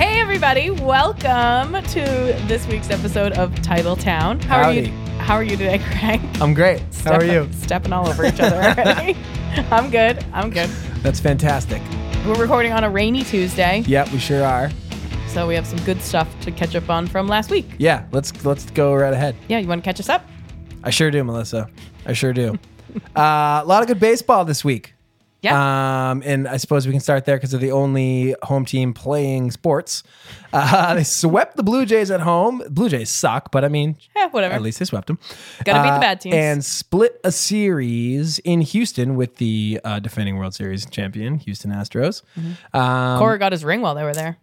everybody. Welcome to this week's episode of Title Town. How are you? Howdy. How are you today, Craig? I'm great. How are Step- you? Stepping all over each other already. I'm good. I'm good. That's fantastic. We're recording on a rainy Tuesday, Yep, we sure are. so we have some good stuff to catch up on from last week. Yeah, let's let's go right ahead. Yeah, you want to catch us up? I sure do, Melissa. I sure do. uh, a lot of good baseball this week. Yeah. Um, and I suppose we can start there because they're the only home team playing sports. Uh, they swept the Blue Jays at home. Blue Jays suck, but I mean, yeah, whatever. at least they swept them. Gotta beat the bad teams. And split a series in Houston with the uh, defending World Series champion, Houston Astros. Mm-hmm. Um, Cora got his ring while they were there.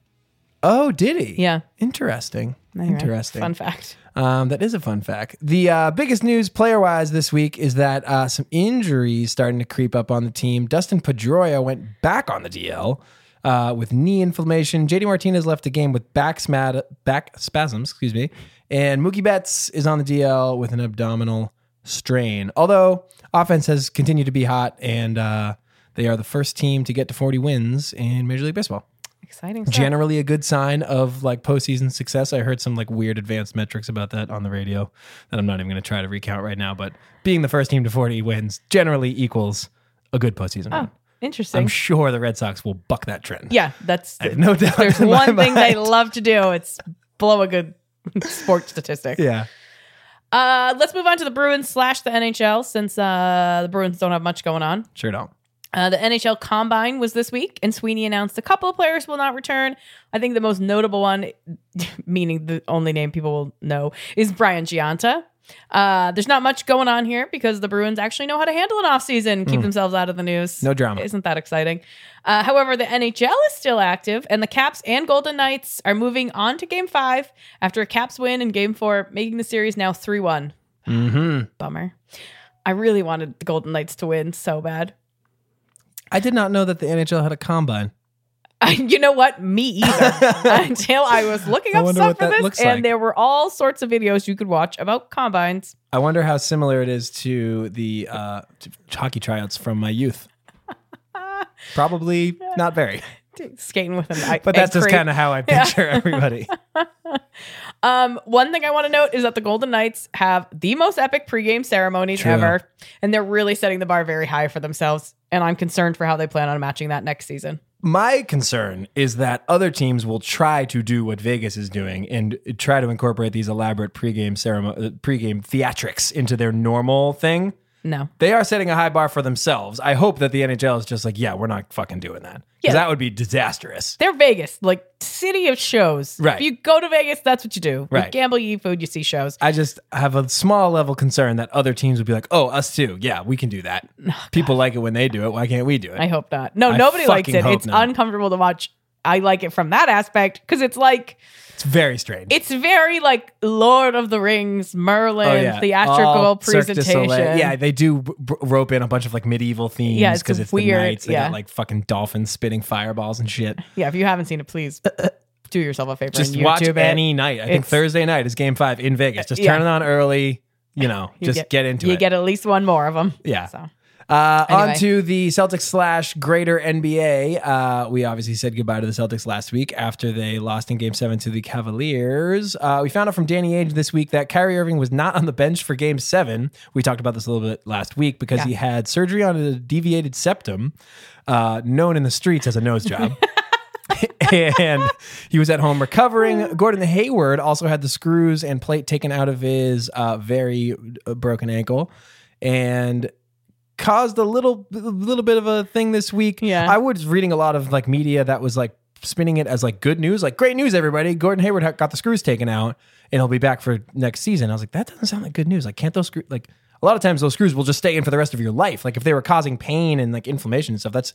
Oh, did he? Yeah. Interesting. You're right. Interesting. Fun fact. Um, that is a fun fact. The uh, biggest news player wise this week is that uh, some injuries starting to creep up on the team. Dustin Pedroia went back on the DL uh, with knee inflammation. JD Martinez left the game with back, smad- back spasms, excuse me. And Mookie Betts is on the DL with an abdominal strain. Although offense has continued to be hot and uh, they are the first team to get to 40 wins in Major League Baseball Exciting stuff. generally a good sign of like postseason success. I heard some like weird advanced metrics about that on the radio that I'm not even going to try to recount right now. But being the first team to 40 wins generally equals a good postseason. oh, run. interesting. I'm sure the Red Sox will buck that trend. yeah, that's I have no doubt. there's in my one thing they mind. love to do. It's blow a good sports statistic. Yeah, Uh, let's move on to the Bruins slash the NHL since uh, the Bruins don't have much going on. sure don't. Uh, the NHL Combine was this week, and Sweeney announced a couple of players will not return. I think the most notable one, meaning the only name people will know, is Brian Gianta. Uh, there's not much going on here because the Bruins actually know how to handle an offseason, keep themselves out of the news. Hmm. No drama. Isn't that exciting? Uh, however, the NHL is still active, and the Caps and Golden Knights are moving on to Game 5 after a Caps win in Game 4, making the series now 3 1. hmm Bummer. I really wanted the Golden Knights to win so bad. I did not know that the NHL had a combine. you know what? Me either. Until I was looking I up wonder stuff what for that this, looks and like. there were all sorts of videos you could watch about combines. I wonder how similar it is to the uh, t- hockey tryouts from my youth. Probably not very, Skating with an but that's just kind of how I Yeah. picture everybody. Um, one thing I want to note is that the Golden Knights have the most epic pregame ceremonies True. ever, and they're really setting the bar very high for themselves. And I'm concerned for how they plan on matching that next season. My concern is that other teams will try to do what Vegas is doing and try to incorporate these elaborate pregame ceremony, uh, pregame theatrics into their normal thing. No, They are setting a high bar for themselves. I hope that the NHL is just like, yeah, we're not fucking doing that. Yeah. Because that would be disastrous. they're Vegas, like city of shows. If Right. you go to Vegas, that's what you do. You Right. gamble, you eat food, you see shows. I just have a small level concern that other teams would be like, oh, us too. Yeah, we can do that. People like it when they do it. Why can't we do it? Oh, I hope not. No, I nobody likes fucking it. hope It's not. uncomfortable to watch. I like it from that aspect because it's like it's very strange. it's very like Lord of the Rings, Merlin Oh, yeah. theatrical All Cirque du presentation. Soleil. Yeah, they do b- b- rope in a bunch of like medieval themes Yeah, it's because it's, weird, the knights. They yeah. got like fucking dolphins spitting fireballs and shit. yeah. If you haven't seen it, please do yourself a favor. Just and YouTube watch it. any night. I think It's- Thursday night is game five in Vegas. Just Yeah. turn it on early. You know, You just get, into you it. get at least one more of them. yeah. So Uh, Anyway. On to the Celtics slash greater NBA. Uh, we obviously said goodbye to the Celtics last week after they lost in game seven to the Cavaliers. Uh, we found out from Danny Ainge this week that Kyrie Irving was not on the bench for game seven. We talked about this a little bit last week because Yeah. he had surgery on a deviated septum, uh, known in the streets as a nose job. and he was at home Oh. recovering. Gordon Hayward also had the screws and plate taken out of his uh, very uh, broken ankle, and caused a little little bit of a thing this week. Yeah. I was reading a lot of like media that was like spinning it as like good news, like great news, everybody. Gordon Hayward ha- got the screws taken out, and he'll be back for next season. I was like, that doesn't sound like good news. Like, can't those screw like a lot of times those screws will just stay in for the rest of your life. Like if they were causing pain and like inflammation and stuff, that's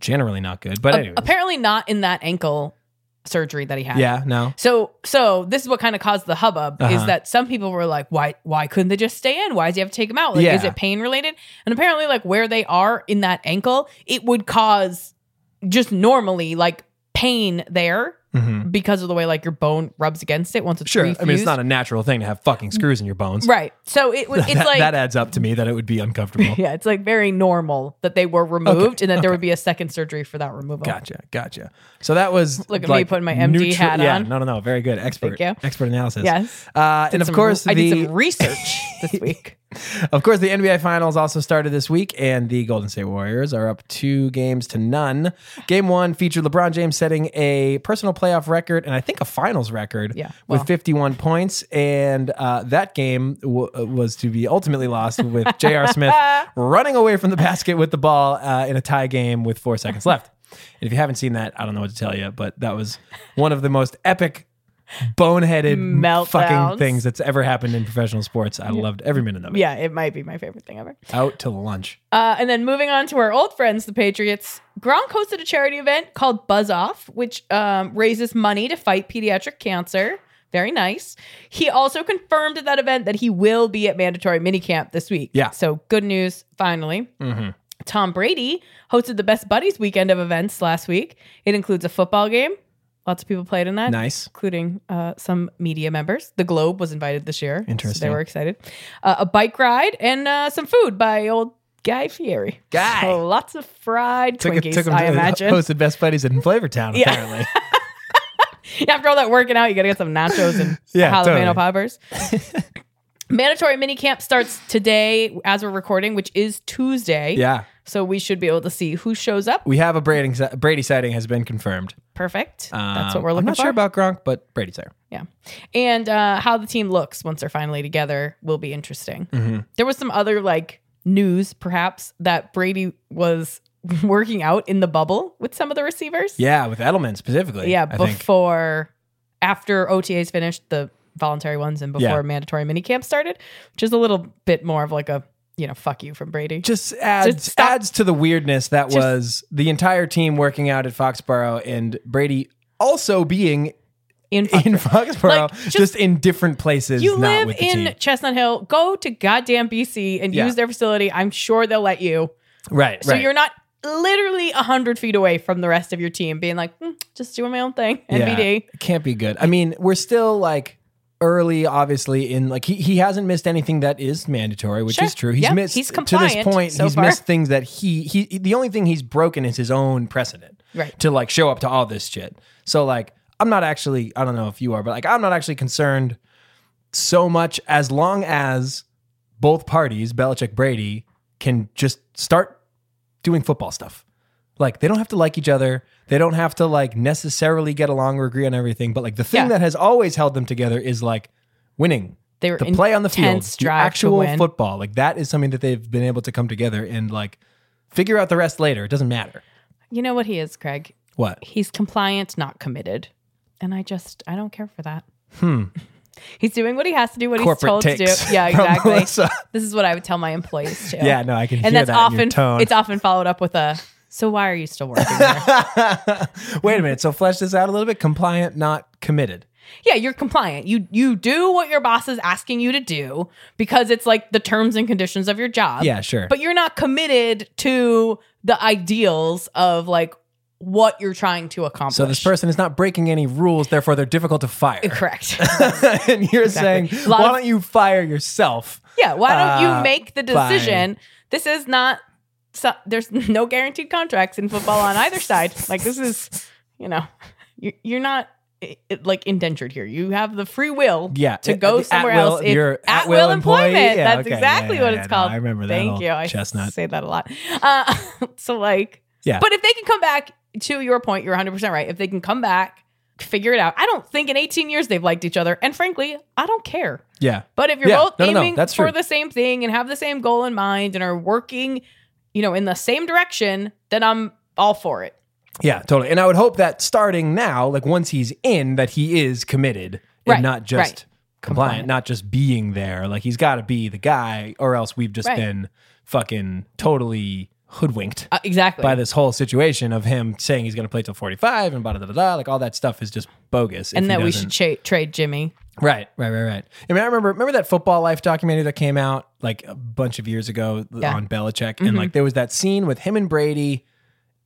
generally not good. But a- anyway. apparently not in that ankle surgery that he had. Yeah, no. So so this is what kind of caused the hubbub is Uh-huh. that some people were like, why why couldn't they just stay in? Why does he have to take him out? Like, is Yeah. it pain related? And apparently, like where they are in that ankle, it would cause just normally like pain there because of the way like your bone rubs against it once it's Mm-hmm. Sure. I mean, it's refused. not a natural thing to have fucking screws in your bones. right. So it was. It's That, like that adds up to me that it would be uncomfortable. yeah, it's like very normal that they were removed and that there would be a second surgery for that removal. Gotcha, gotcha. So that was Look at me putting my MD hat yeah, on. No, no, no. Very good, expert. Thank you. Expert analysis. Yes. Uh, and of Some- course, I did the some research this week. of course the NBA Finals also started this week, and the Golden State Warriors are up two games to none. Game one featured LeBron James setting a personal playoff record and I think a Finals record Yeah, well. with 51 points, and uh, that game w- uh, was to be ultimately lost with J.R. Smith running away from the basket with the ball uh, in a tie game with four seconds left. And if you haven't seen that, I don't know what to tell you, but that was one of the most epic. Boneheaded Meltdowns. fucking things that's ever happened in professional sports. I loved every minute of it Yeah, it might be my favorite thing ever. out to lunch. Uh, and then moving on to our old friends, the Patriots, Gronk hosted a charity event called Buzz Off, which um, raises money to fight pediatric cancer. Very nice. He also confirmed at that event that he will be at mandatory minicamp this week. Yeah. So good news, finally. Mm-hmm. Tom Brady hosted the Best Buddies weekend of events last week. It includes a football game. Lots of people played in that Nice. including uh, some media members. The Globe was invited this year. so Interesting. they were excited. Uh, a bike ride and uh, some food by old Guy Fieri. Guy. So lots of fried Twinkies, him I to imagine. Hosted Best Buddies in Flavortown, Yeah. apparently. After all that working out, you got to get some nachos and Yeah, jalapeno totally. poppers. Mandatory mini camp starts today as we're recording, which is Tuesday. yeah. So we should be able to see who shows up. We have a Brady, Brady sighting has been confirmed. Perfect. Um, That's what we're I'm looking not for. sure about Gronk, but Brady's there. Yeah. And uh, how the team looks once they're finally together will be interesting. Mm-hmm. There was some other like news, perhaps, that Brady was working out in the bubble with some of the receivers. Yeah, with Edelman specifically. Yeah. I think. Before, after OTAs finished, the voluntary ones, and before Yeah. mandatory minicamp started, which is a little bit more of like a, you know, fuck you from Brady. Just adds Just stop- adds to the weirdness that Just- was the entire team working out at Foxborough and Brady also being In, in Foxborough, Like, just, just- in different places. you not live with the in team. Chestnut Hill, go to goddamn BC and Yeah. use their facility. I'm sure they'll let you. right, So right. you're not literally 100 feet away from the rest of your team being like, "Mm, just doing my own thing, NBD. It can't be good. I mean, we're still like early, obviously, in like he, he hasn't missed anything that is mandatory, which Sure. is true. He's Yeah. missed He's to this compliant point, so he's far. missed things that he he the only thing he's broken is his own precedent. Right. To like show up to all this shit. So like I'm not actually I don't know if you are, but like I'm not actually concerned so much as long as both parties, Belichick Brady, can just start doing football stuff. Like they don't have to like each other. They don't have to like necessarily get along or agree on everything. But like the thing Yeah. that has always held them together is like winning. They were The play on the field, intense the drive to actual win. football. Like that is something that they've been able to come together and like figure out the rest later. It doesn't matter. You know what he is, Craig? What? He's compliant, not committed. And I just, I don't care for that. Hmm. He's doing what he has to do, what he's Corporate told takes. to do. Yeah, from exactly. Melissa. This is what I would tell my employees too. Yeah, no, I can and hear that's that in often your tone. it's often followed up with a. So why are you still working? There? Wait a minute. So flesh this out a little bit. Compliant, not committed. yeah, you're compliant. You you do what your boss is asking you to do because it's like the terms and conditions of your job. Yeah, sure. Um, but you're not committed to the ideals of like what you're trying to accomplish. so this person is not breaking any rules, therefore they're difficult to fire. correct. and you're saying, A lot why of- don't you fire yourself? yeah, why don't Uh, you make the by- decision? This is not so, there's no guaranteed contracts in football on either side. Like this is, you know, you, you're not i- i- like indentured here. You have the free will Yeah, to at- go at somewhere will- else. It's you're at at-will will, employee? employment. Yeah, That's okay, yeah, exactly yeah, what yeah, it's no, called. I remember that Thank old you. I chestnut. say that a lot. Uh, so like, Yeah. But if they can come back to your point, you're 100 percent right. If they can come back, figure it out. I don't think in 18 years they've liked each other, and frankly, I don't care. Yeah. But if you're Yeah. both No, no, no. aiming That's for true. the same thing and have the same goal in mind and are working, you know, in the same direction, then I'm all for it. Yeah, totally. And I would hope that starting now, like once he's in, that he is committed Right, and not just right. compliant, Compliant. not just being there. Like he's got to be the guy, or else we've just Right. been fucking totally hoodwinked. Uh, exactly. by this whole situation of him saying he's going to play till 45 and blah, blah, blah, blah, like all that stuff is just bogus. if he and that we doesn't- should cha- trade Jimmy. Right, right, right, right. I mean, I remember remember that football life documentary that came out like a bunch of years ago Yeah. Mm-hmm. on Belichick, and like there was that scene with him and Brady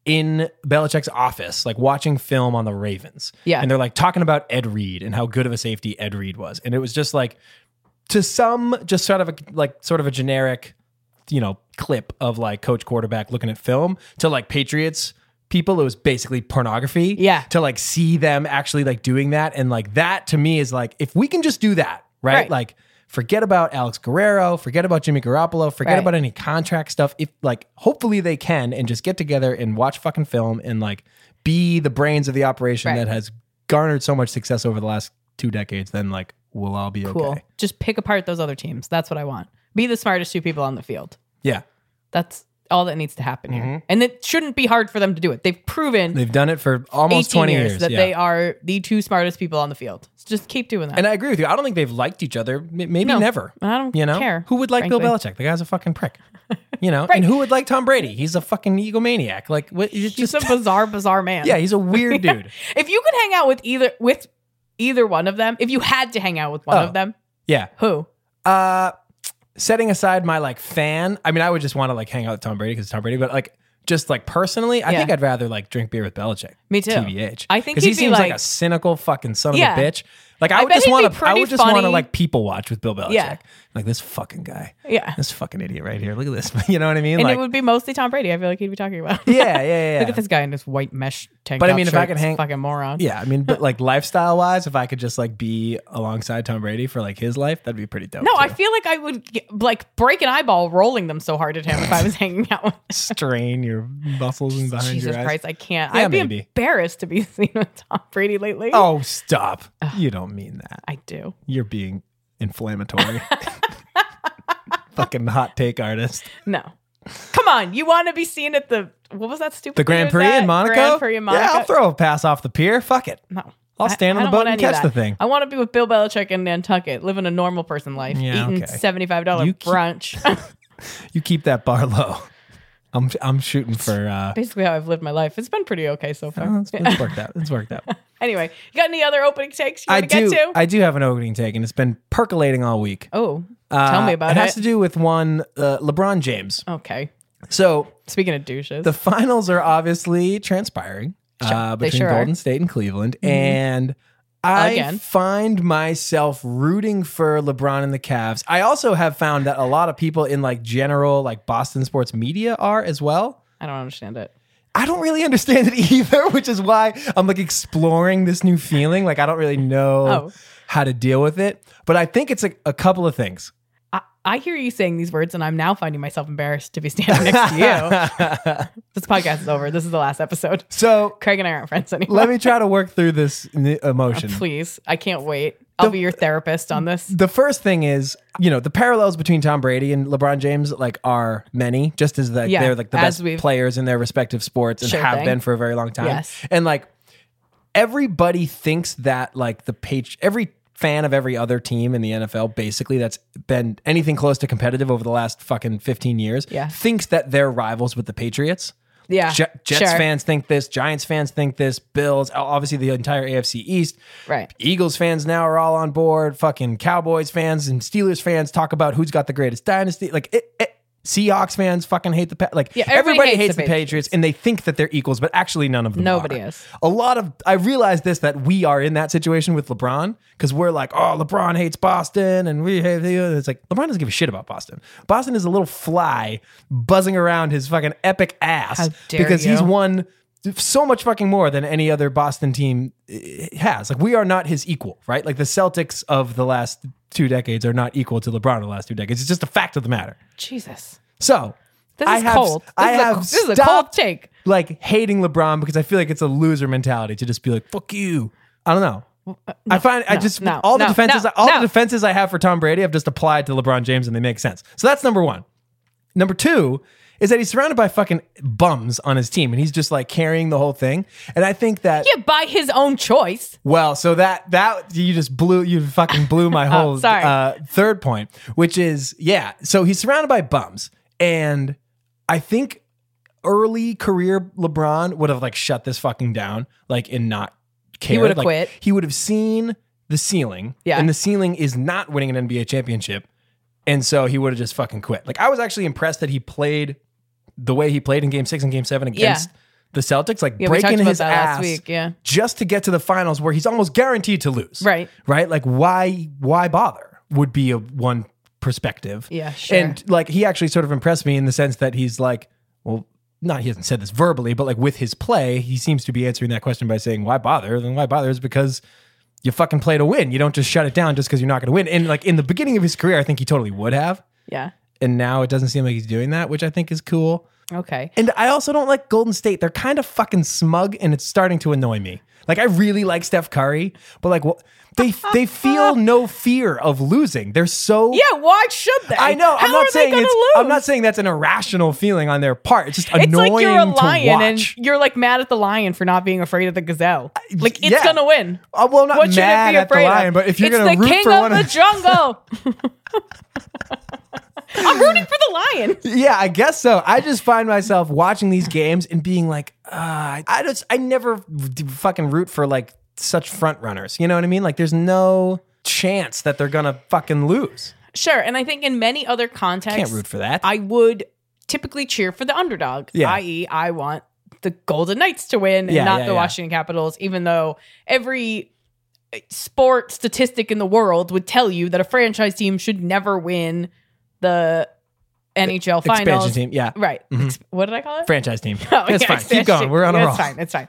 in Belichick's office, like watching film on the Ravens. Yeah. And they're like talking about Ed Reed and how good of a safety Ed Reed was. And it was just like to some just sort of a like sort of a generic, you know, clip of like coach quarterback looking at film to like Patriots people, it was basically pornography. Yeah. To like see them actually like doing that. And like that to me is like, if we can just do that, right? Right. Like forget about Alex Guerrero, forget about Jimmy Garoppolo, forget Right. about any contract stuff. If like hopefully they can and just get together and watch fucking film and like be the brains of the operation Right. that has garnered so much success over the last two decades, then like we'll all be Cool. okay. Just pick apart those other teams. That's what I want. Be the smartest two people on the field. Yeah. That's all that needs to happen here. And it shouldn't be hard for them to do it. They've proven Mm-hmm. They've done it for almost 18 20 years, years. that yeah. they are the two smartest people on the field. So just keep doing that. and I agree with you. I don't think they've liked each other. M- Maybe No. never. I don't You know, care. who would like Bill frankly. Belichick? The guy's a fucking prick. You know, and who would like Tom Brady? He's a fucking egomaniac. Like, what, He's it's just a bizarre, bizarre man. yeah, he's a weird dude. If you could hang out with either with either one of them, if you had to hang out with one Oh. of them, Yeah. who? Uh, setting aside my like fan, I mean, I would just want to like hang out with Tom Brady because Tom Brady, but like just like personally, I Yeah. think I'd rather like drink beer with Belichick. Me too. TBH. I think because he'd he be seems like, like- a cynical fucking son of Yeah. a bitch. Like I, I would bet just he'd want be to. I pretty would just want funny. to like people watch with Bill Belichick. Yeah. Like this fucking guy, Yeah. this fucking idiot right here. Look at this. You know what I mean? And like, it would be mostly Tom Brady. I feel like he'd be talking about. yeah, yeah, yeah. Look at this guy in this white mesh tank. But I top mean, if shirt. I could This hang- fucking moron. Yeah, I mean, but like lifestyle wise, if I could just like be alongside Tom Brady for like his life, that'd be pretty dope. No, I too. feel like I would get, like break an eyeball rolling them so hard at him if I was hanging out with strain your muscles and behind Jesus your eyes. Christ. I can't. Yeah, I'd be maybe. embarrassed to be seen with Tom Brady lately. Oh, stop! You don't mean that. I do. You're being inflammatory. Fucking hot take artist. No. Come on. You want to be seen at the what was that stupid? The thing Grand it was Prix at? in Monaco. Grand Prix in Monaco. Yeah, I'll throw a pass off the pier. Fuck it. no. I'll I- stand I on the don't boat want and any of catch that. the thing. I want to be with Bill Belichick in Nantucket, living a normal person life, Yeah, eating okay. seventy-five dollar You keep- brunch. You keep that bar low. I'm I'm shooting for. uh Basically, how I've lived my life. It's been pretty okay so far. oh, it's, it's worked out. It's worked out. anyway, you got any other opening takes you I want to do. get to? I do have an opening take, and it's been percolating all week. oh, Uh, tell me about it. It has to do with one uh, LeBron James. okay. So Speaking of douches, the finals are obviously transpiring Sure, uh, they between sure are. Mm-hmm. Golden State and Cleveland, and I Again. find myself rooting for LeBron and the Cavs. I also have found that a lot of people in like general like Boston sports media are as well. I don't understand it. I don't really understand it either, which is why I'm like exploring this new feeling. Like I don't really know Oh. how to deal with it, but I think it's a, a couple of things. I, I hear you saying these words, and I'm now finding myself embarrassed to be standing next to you. this podcast is over. This is the last episode. so Craig and I aren't friends anymore. let me try to work through this n- emotion. Please, I can't wait. I'll be your therapist on this. the first thing is, you know, the parallels between Tom Brady and LeBron James like are many, just as like Yeah, they're like the as best we've- players in their respective sports and Sure have thing. been for a very long time. Yes. And like everybody thinks that like the page every fan of every other team in the NFL basically that's been anything close to competitive over the last fucking 15 years Yeah. thinks that they're rivals with the Patriots. Yeah, Je- Jets sure. fans think this, Giants fans think this, Bills, obviously the entire AFC East. Right. Eagles fans now are all on board. Fucking Cowboys fans and Steelers fans talk about who's got the greatest dynasty. Like it, it- Seahawks fans fucking hate the pa- like Yeah, everybody everybody, hates hates, the the Patriots. and they think that they're equals, but actually none of them. Nobody are. is. A lot of I realized this that we are in that situation with LeBron because we're like, oh, LeBron hates Boston, and we hate the. It's like LeBron doesn't give a shit about Boston. Boston is a little fly buzzing around his fucking epic ass How dare because you. he's won so much fucking more than any other Boston team eh, has. Like we are not his equal, right? Like the Celtics of the last two decades are not equal to LeBron of the last two decades. It's just a fact of the matter. Jesus, So this I is have, cold. This I is a- have this is a cold stopped take. like hating LeBron because I feel like it's a loser mentality to just be like fuck you. I don't know. I find uh, I no, just no, all the no, defenses no, all no. the defenses I have for Tom Brady I've just applied to LeBron James and they make sense. So that's number one. Number two is that he's surrounded by fucking bums on his team and he's just like carrying the whole thing. And I think that Yeah, by his own choice. well, so that that you just blew you fucking blew my whole Oh, sorry. uh third point, which is yeah, so he's surrounded by bums and I think early career LeBron would have like shut this fucking down like and not cared. would have Like, quit. He would have seen the ceiling Yeah. and the ceiling is not winning an NBA championship. And so he would have just fucking quit. Like I was actually impressed that he played the way he played in game 6 and game 7 against the Celtics, like Yeah, we talked breaking about his that ass last week. Yeah. just to get to the finals where he's almost guaranteed to lose. Right. Right? Like why why bother would be a one perspective. Yeah, sure. And like he actually sort of impressed me in the sense that he's like, well, not he hasn't said this verbally, but like with his play, he seems to be answering that question by saying, Why bother? Then why bother is because you fucking play to win. You don't just shut it down just because you're not gonna win. And like in the beginning of his career, I think he totally would have. Yeah. And now it doesn't seem like he's doing that, which I think is cool. Okay. And I also don't like Golden State. They're kind of fucking smug, and it's starting to annoy me. Like I really like Steph Curry, but like wh- they they feel no fear of losing. They're so Yeah, why should they? I know. How I'm not are saying they it's. gonna I'm lose? not saying that's an irrational feeling on their part. It's just annoying It's like you're a to lion watch. and you're like mad at the lion for not being afraid of the gazelle. Like it's yeah. gonna win. Uh, well, not What should it mad be at the afraid lion, of? but if you're it's going to the root king for of one the of jungle. I'm rooting for the lion. Yeah, I guess so. I just find myself watching these games and being like, uh, I just, I never d- fucking root for like such front runners. You know what I mean? Like, there's no chance that they're gonna fucking lose. Sure, and I think in many other contexts, Can't root for that. I would typically cheer for the underdog, Yeah. i.e., I want the Golden Knights to win Yeah, and not yeah, the yeah. Washington Capitals, even though every eh, sport statistic in the world would tell you that a franchise team should never win the NHL Expansion finals. team, Mm-hmm. yeah, Right. Ex- what did I call it? franchise team. Oh, That's yeah, fine. Keep expansion. going. We're on a Yeah, roll. It's fine. It's fine.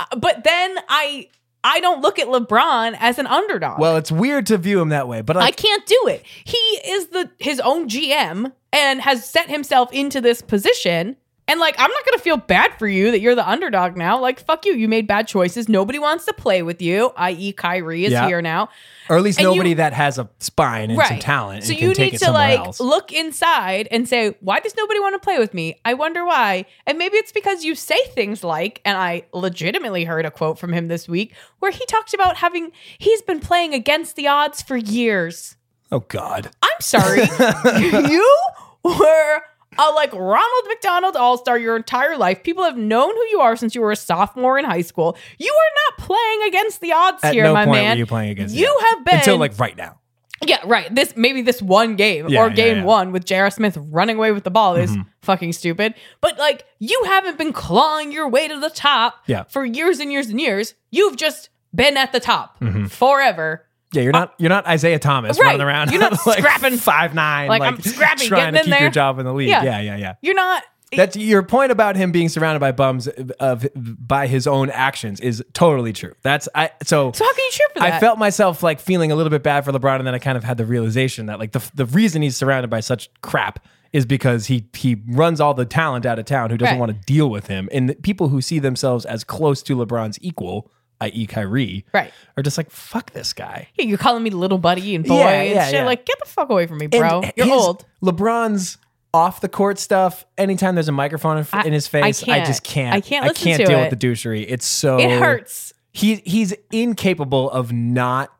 Uh, but then I I don't look at LeBron as an underdog. Well, it's weird to view him that way, but I like, can't do it. He is the his own GM and has set himself into this position. And like, I'm not gonna feel bad for you that you're the underdog now. Like, fuck you. You made bad choices. Nobody wants to play with you. I.e., Kyrie is Yeah. here now. or at least and you- nobody that has a spine and some Right. talent So and you can take need it to somewhere like else. look inside and say, why does nobody want to play with me? I wonder why. And maybe it's because you say things like, and I legitimately heard a quote from him this week where he talked about having he's been playing against the odds for years. Oh God. I'm sorry. you were a like Ronald McDonald All Star your entire life. People have known who you are since you were a sophomore in high school. You are not playing against the odds At here, no my point man. were you playing against You the Nets. have been until like right now. yeah, right. This maybe this one game Yeah, or yeah, game yeah. Mm-hmm. one with J.R. Smith running away with the ball is fucking stupid. But like you haven't been clawing your way to the top Yeah. for years and years and years. You've just been at the top Mm-hmm. forever. Yeah, you're not you're not Isaiah Thomas Uh, Right. running around. You're not scrapping. five nine. Like, I'm scrappy, trying getting to in keep your there. job in the league. Yeah, Yeah. yeah, yeah. yeah. You're not That's your point about him being surrounded by bums of by his own actions is totally true. That's I so. so how can you cheer for that? I felt myself like feeling a little bit bad for LeBron, and then I kind of had the realization that like the the reason he's surrounded by such crap is because he he runs all the talent out of town who doesn't Right. want to deal with him, and the people who see themselves as close to LeBron's equal, i.e., Kyrie, Right. are just like fuck this guy. Yeah, you're calling me little buddy and boy Yeah, and yeah, shit. yeah. Like, get the fuck away from me, And bro. You're his- old. LeBron's off the court stuff. Anytime there's a microphone in, fr- I- in his I face, I, can't. just can't. I can't listen can't to deal it. with the douchery. It's so It hurts. He he's incapable of not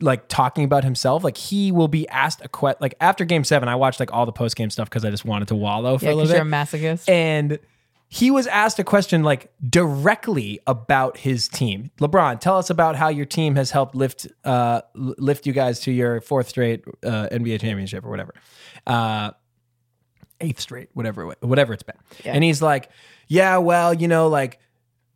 like talking about himself. Like he will be asked a question. Like after Game Seven, I watched like all the post game stuff because I just wanted to wallow for Yeah, a because little you're a bit. masochist. And he was asked a question like directly about his team. LeBron, tell us about how your team has helped lift uh, l- lift you guys to your fourth straight uh, NBA championship or whatever, uh, eighth straight, whatever it wa- whatever it's been. Yeah. And he's like, yeah, well, you know, like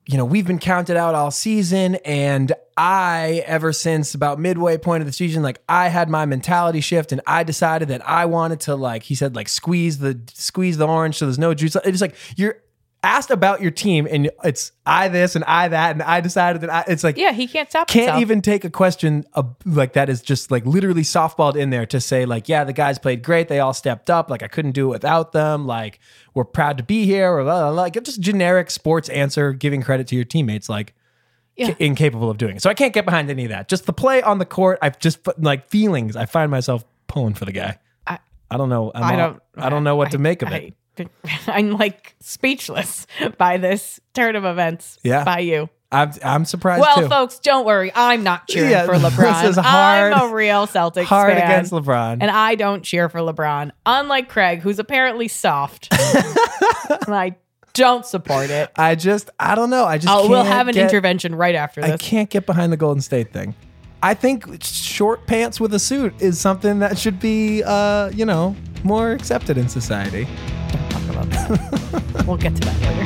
you know, we've been counted out all season. And I, ever since about midway point of the season, like I had my mentality shift and I decided that I wanted to like, he said, like squeeze the, squeeze the orange. So there's no juice. It's like, you're asked about your team and it's I this and I that. And I decided that I, it's like, yeah, he can't stop can't himself. even take a question uh, like that is just like literally softballed in there to say like yeah the guys played great they all stepped up like i couldn't do it without them like we're proud to be here or blah, blah, blah. like just generic sports answer giving credit to your teammates like Yeah. ca- incapable of doing it so i can't get behind any of that just the play on the court i've just f- like feelings i find myself pulling for the guy I- i don't know I'm I all- don't. i don't know what to make of I- it I'm like speechless by this turn of events. Yeah. by you. i'm i'm surprised well, too folks, don't worry. I'm not cheering Yeah, for this LeBron. is hard- I'm a real Celtics hard fan, against lebron and I don't cheer for LeBron. Unlike Craig, who's apparently soft, and I don't support it. i just i don't know i just Oh, can't we'll have an get- intervention right after I this. can't get behind the Golden State thing. I think short pants with a suit is something that should be, uh, you know, more accepted in society. We'll get to that later.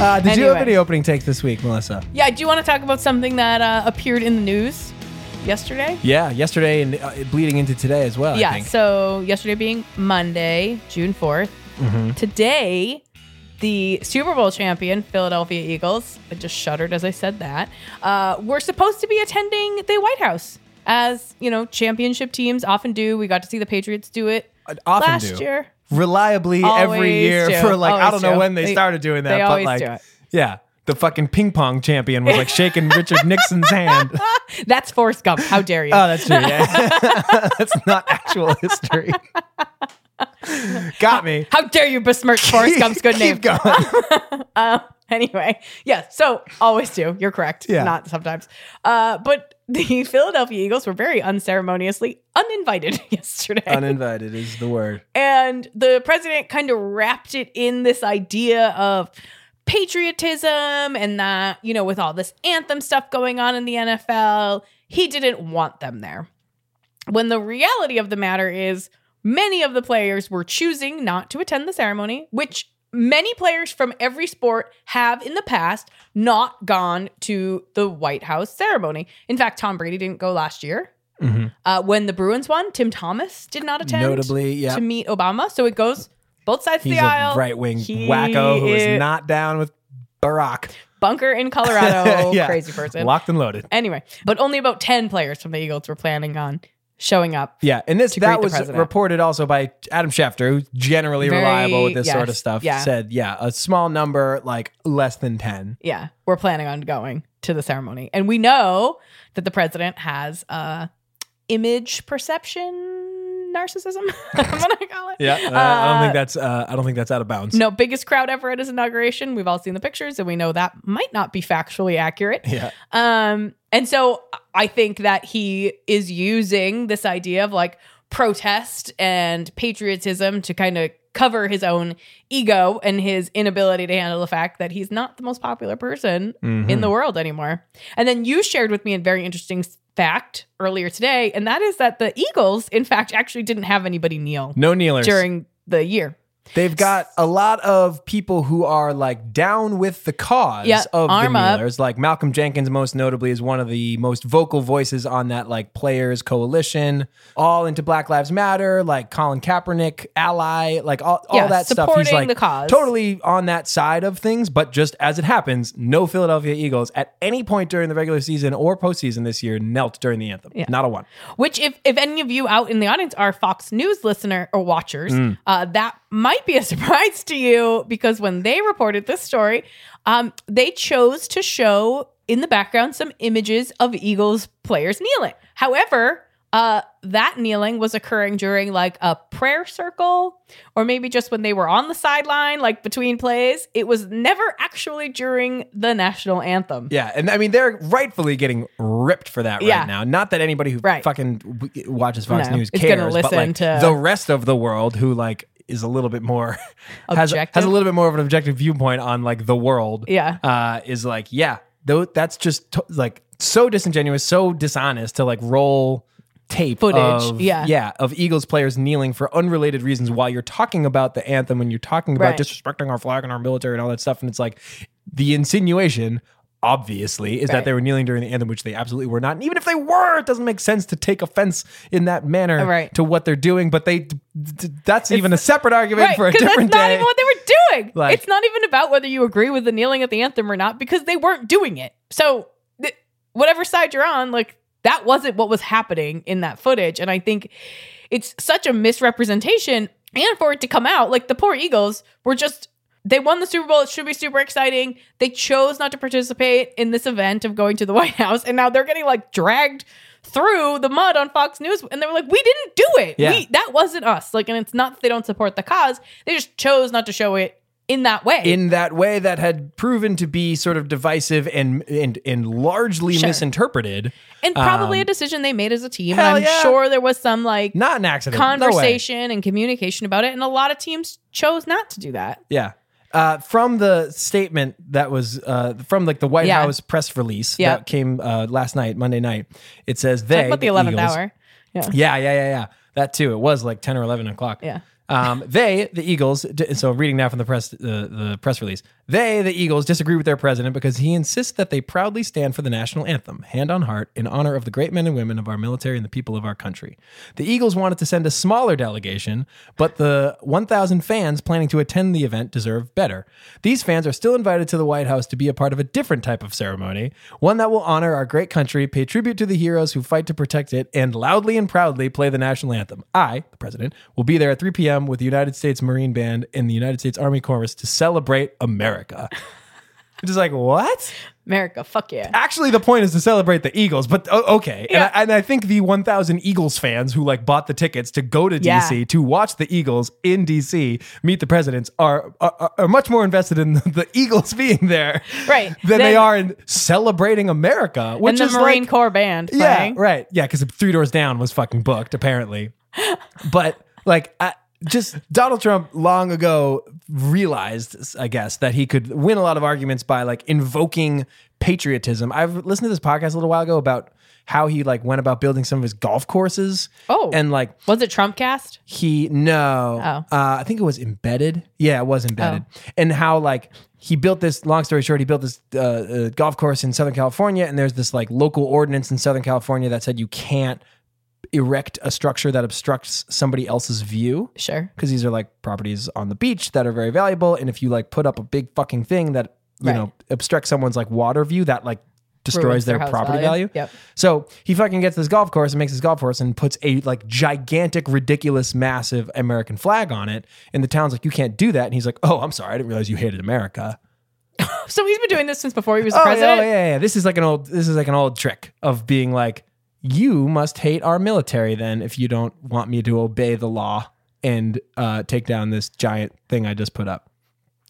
Uh, did you have Anyway. any opening takes this week, Melissa? Yeah, do you want to talk about something that uh, appeared in the news yesterday? Yeah, yesterday and uh, bleeding into today as well. I yeah, think. so yesterday being Monday, June 4th. Mm-hmm. Today, the Super Bowl champion, Philadelphia Eagles, I just shuddered as I said that, uh, were supposed to be attending the White House. As, you know, championship teams often do. We got to see the Patriots do it Uh, often last do. year. reliably every Always year do. for like I don't Always know do. when they, They- started doing that, they but always like do it. yeah, the fucking ping pong champion was like shaking Richard Nixon's hand. Oh, That's Forrest Gump. How dare you? that's true. Yeah. that's not actual history. Got me. How dare you besmirch Forrest Gump's good name? Keep going. Um, anyway, yeah. So always do. You're correct. Yeah. Not sometimes. Uh, but the Philadelphia Eagles were very unceremoniously uninvited yesterday. Uninvited is the word. and the president kind of wrapped it in this idea of patriotism and that, you know, with all this anthem stuff going on in the NFL, he didn't want them there. When the reality of the matter is, many of the players were choosing not to attend the ceremony, which many players from every sport have in the past not gone to the White House ceremony. In fact, Tom Brady didn't go last year. Mhm. Uh, when the Bruins won, Tim Thomas did not attend Notably, yeah. to meet Obama. So it goes both sides of He's the aisle. a right wing He wacko who is is- not down with Barack. bunker in Colorado. Yeah. Crazy person. Locked and loaded. Anyway, but only about 10 players from the Eagles were planning on showing up. Yeah, and this to that greet the was president. reported also by Adam Schefter, who's generally Very- reliable with this yes, sort of stuff. yeah. Said, yeah, a small number, like less than ten. Yeah, we're planning on going to the ceremony. And we know that the president has uh, image perception narcissism. I'm going to call it. I don't Uh, think that's uh, I don't think that's out of bounds. No, biggest crowd ever at his inauguration. We've all seen the pictures, and we know that might not be factually accurate. Yeah, Um, and so I think that he is using this idea of like protest and patriotism to kind of cover his own ego and his inability to handle the fact that he's not the most popular person Mm-hmm. in the world anymore. And then you shared with me a very interesting s- fact earlier today, and that is that the Eagles, in fact, actually didn't have anybody kneel no kneelers. during the year. They've got a lot of people who are like down with the cause Yeah, of arm the up. kneelers. Like Malcolm Jenkins, most notably, is one of the most vocal voices on that like players coalition, all into Black Lives Matter. Like Colin Kaepernick, ally, like all, all Yeah, that stuff. supporting He's like the cause. totally on that side of things. But just as it happens, no Philadelphia Eagles at any point during the regular season or postseason this year knelt during the anthem. Not a one. Which, if if any of you out in the audience are Fox News listener or watchers, uh, that might be a surprise to you because when they reported this story, um, they chose to show in the background some images of Eagles players kneeling. However. Uh, that kneeling was occurring during like a prayer circle, or maybe just when they were on the sideline, like between plays. It was never actually during the national anthem. Yeah, and I mean they're rightfully getting ripped for that right Yeah. now. Not that anybody who Right. fucking w- watches Fox No, News is cares, gonna but listen like to- the rest of the world who like is a little bit more has, Objective? has a little bit more of an objective viewpoint on like the world. Yeah. uh, is like yeah, though that's just to- like so disingenuous, so dishonest to like roll tape Footage, of- yeah. yeah of Eagles players kneeling for unrelated reasons while you're talking about the anthem and you're talking about Right. disrespecting our flag and our military and all that stuff. And it's like the insinuation, obviously, is that Right. they were kneeling during the anthem, which they absolutely were not. And even if they were, it doesn't make sense to take offense in that manner Right. to what they're doing. But they, d- d- that's even a separate argument for a 'cause different that's not day. even what they were doing. Like- it's not even about whether you agree with the kneeling at the anthem or not because they weren't doing it. So, th- whatever side you're on, like that wasn't what was happening in that footage. And I think it's such a misrepresentation. And for it to come out, like the poor Eagles were just. They won the Super Bowl. It should be super exciting. They chose not to participate in this event of going to the White House, and now they're getting like dragged through the mud on Fox News. And they were like, "We didn't do it. Yeah. We that wasn't us." Like, and it's not that they don't support the cause. They just chose not to show it in that way. in that way that had proven to be sort of divisive and and, and largely Sure. misinterpreted. and probably um, a decision they made as a team. hell and I'm yeah. sure there was some like Not an accident. No way. conversation and communication about it. And a lot of teams chose not to do that. Yeah. Uh, from the statement that was uh, from like the White Yeah. House press release Yeah. that came uh, last night, Monday night. It says they Talk about the 11th Eagles- hour. Yeah. Yeah, yeah, yeah, yeah. That too. It was like ten or eleven o'clock. Yeah. Um, they, the Eagles. d- So reading now from the press, the, the press release. They, the Eagles, disagree with their president because he insists that they proudly stand for the national anthem, hand on heart, in honor of the great men and women of our military and the people of our country. The Eagles wanted to send a smaller delegation, but the 1,000 fans planning to attend the event deserve better. These fans are still invited to the White House to be a part of a different type of ceremony, one that will honor our great country, pay tribute to the heroes who fight to protect it, and loudly and proudly play the national anthem. I, the president, will be there at 3 p.m. with the United States Marine Band and the United States Army Chorus to celebrate America. Just like what? America, fuck yeah. Actually, the point is to celebrate the Eagles, but o- okay. Yeah. And, I, and I think the 1,000 Eagles fans who like bought the tickets to go to Yeah. DC to watch the Eagles in DC meet the presidents are are, are- are much more invested in the Eagles being there, Right. Than they Then- are in celebrating America, which and the is Marine like, Corps band yeah, playing. right, yeah, because Three Doors Down was fucking booked apparently, but like. I, just Donald Trump long ago realized, I guess, that he could win a lot of arguments by like invoking patriotism. I've listened to this podcast a little while ago about how he like went about building some of his golf courses. Oh. and like Was it Trump cast? he no, Oh. uh, I think it was embedded. Yeah, it was embedded, and how like. He built this. Long story short, he built this uh, uh, golf course in Southern California, and there's this like local ordinance in Southern California that said you can't erect a structure that obstructs somebody else's view Sure. because these are like properties on the beach that are very valuable. And if you like put up a big fucking thing that you Right. know obstructs someone's like water view, that like destroys Ruins their, house property value. Yep. So he fucking gets this golf course and makes this golf course and puts a like gigantic, ridiculous, massive American flag on it. And the town's like, you can't do that. And he's like, oh, I'm sorry, I didn't realize you hated America. So he's been doing this since before he was Oh, president. yeah, yeah, yeah. This is like an old. This is like an old trick of being like, you must hate our military then if you don't want me to obey the law and uh, take down this giant thing I just put up.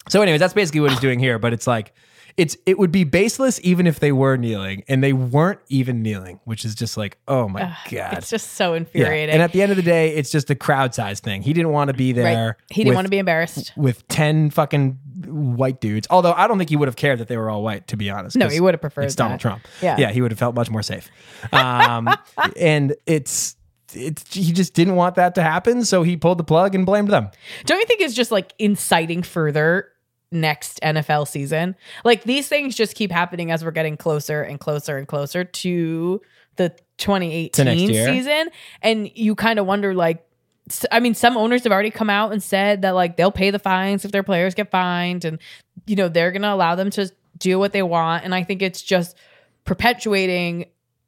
So, anyways, that's basically what he's doing here. But it's like, it's it would be baseless even if they were kneeling, and they weren't even kneeling, which is just like, oh my god. It's just so Yeah. infuriating. And at the end of the day, it's just a crowd size thing. He didn't want to be there. right. He didn't with- want to be embarrassed. with 10 fucking white dudes. Although I don't think he would have cared that they were all white, to be honest. No, 'cause he would have preferred It's Donald that. Trump. Yeah. Yeah, he would have felt much more safe. Um, and it's, it's, he just didn't want that to happen. So he pulled the plug and blamed them. Don't you think it's just like inciting further next NFL season? Like these things just keep happening as we're getting closer and closer and closer to the 2018 To next year. season. And you kind of wonder, like, s- I mean, some owners have already come out and said that like they'll pay the fines if their players get fined and, you know, they're going to allow them to do what they want. And I think it's just perpetuating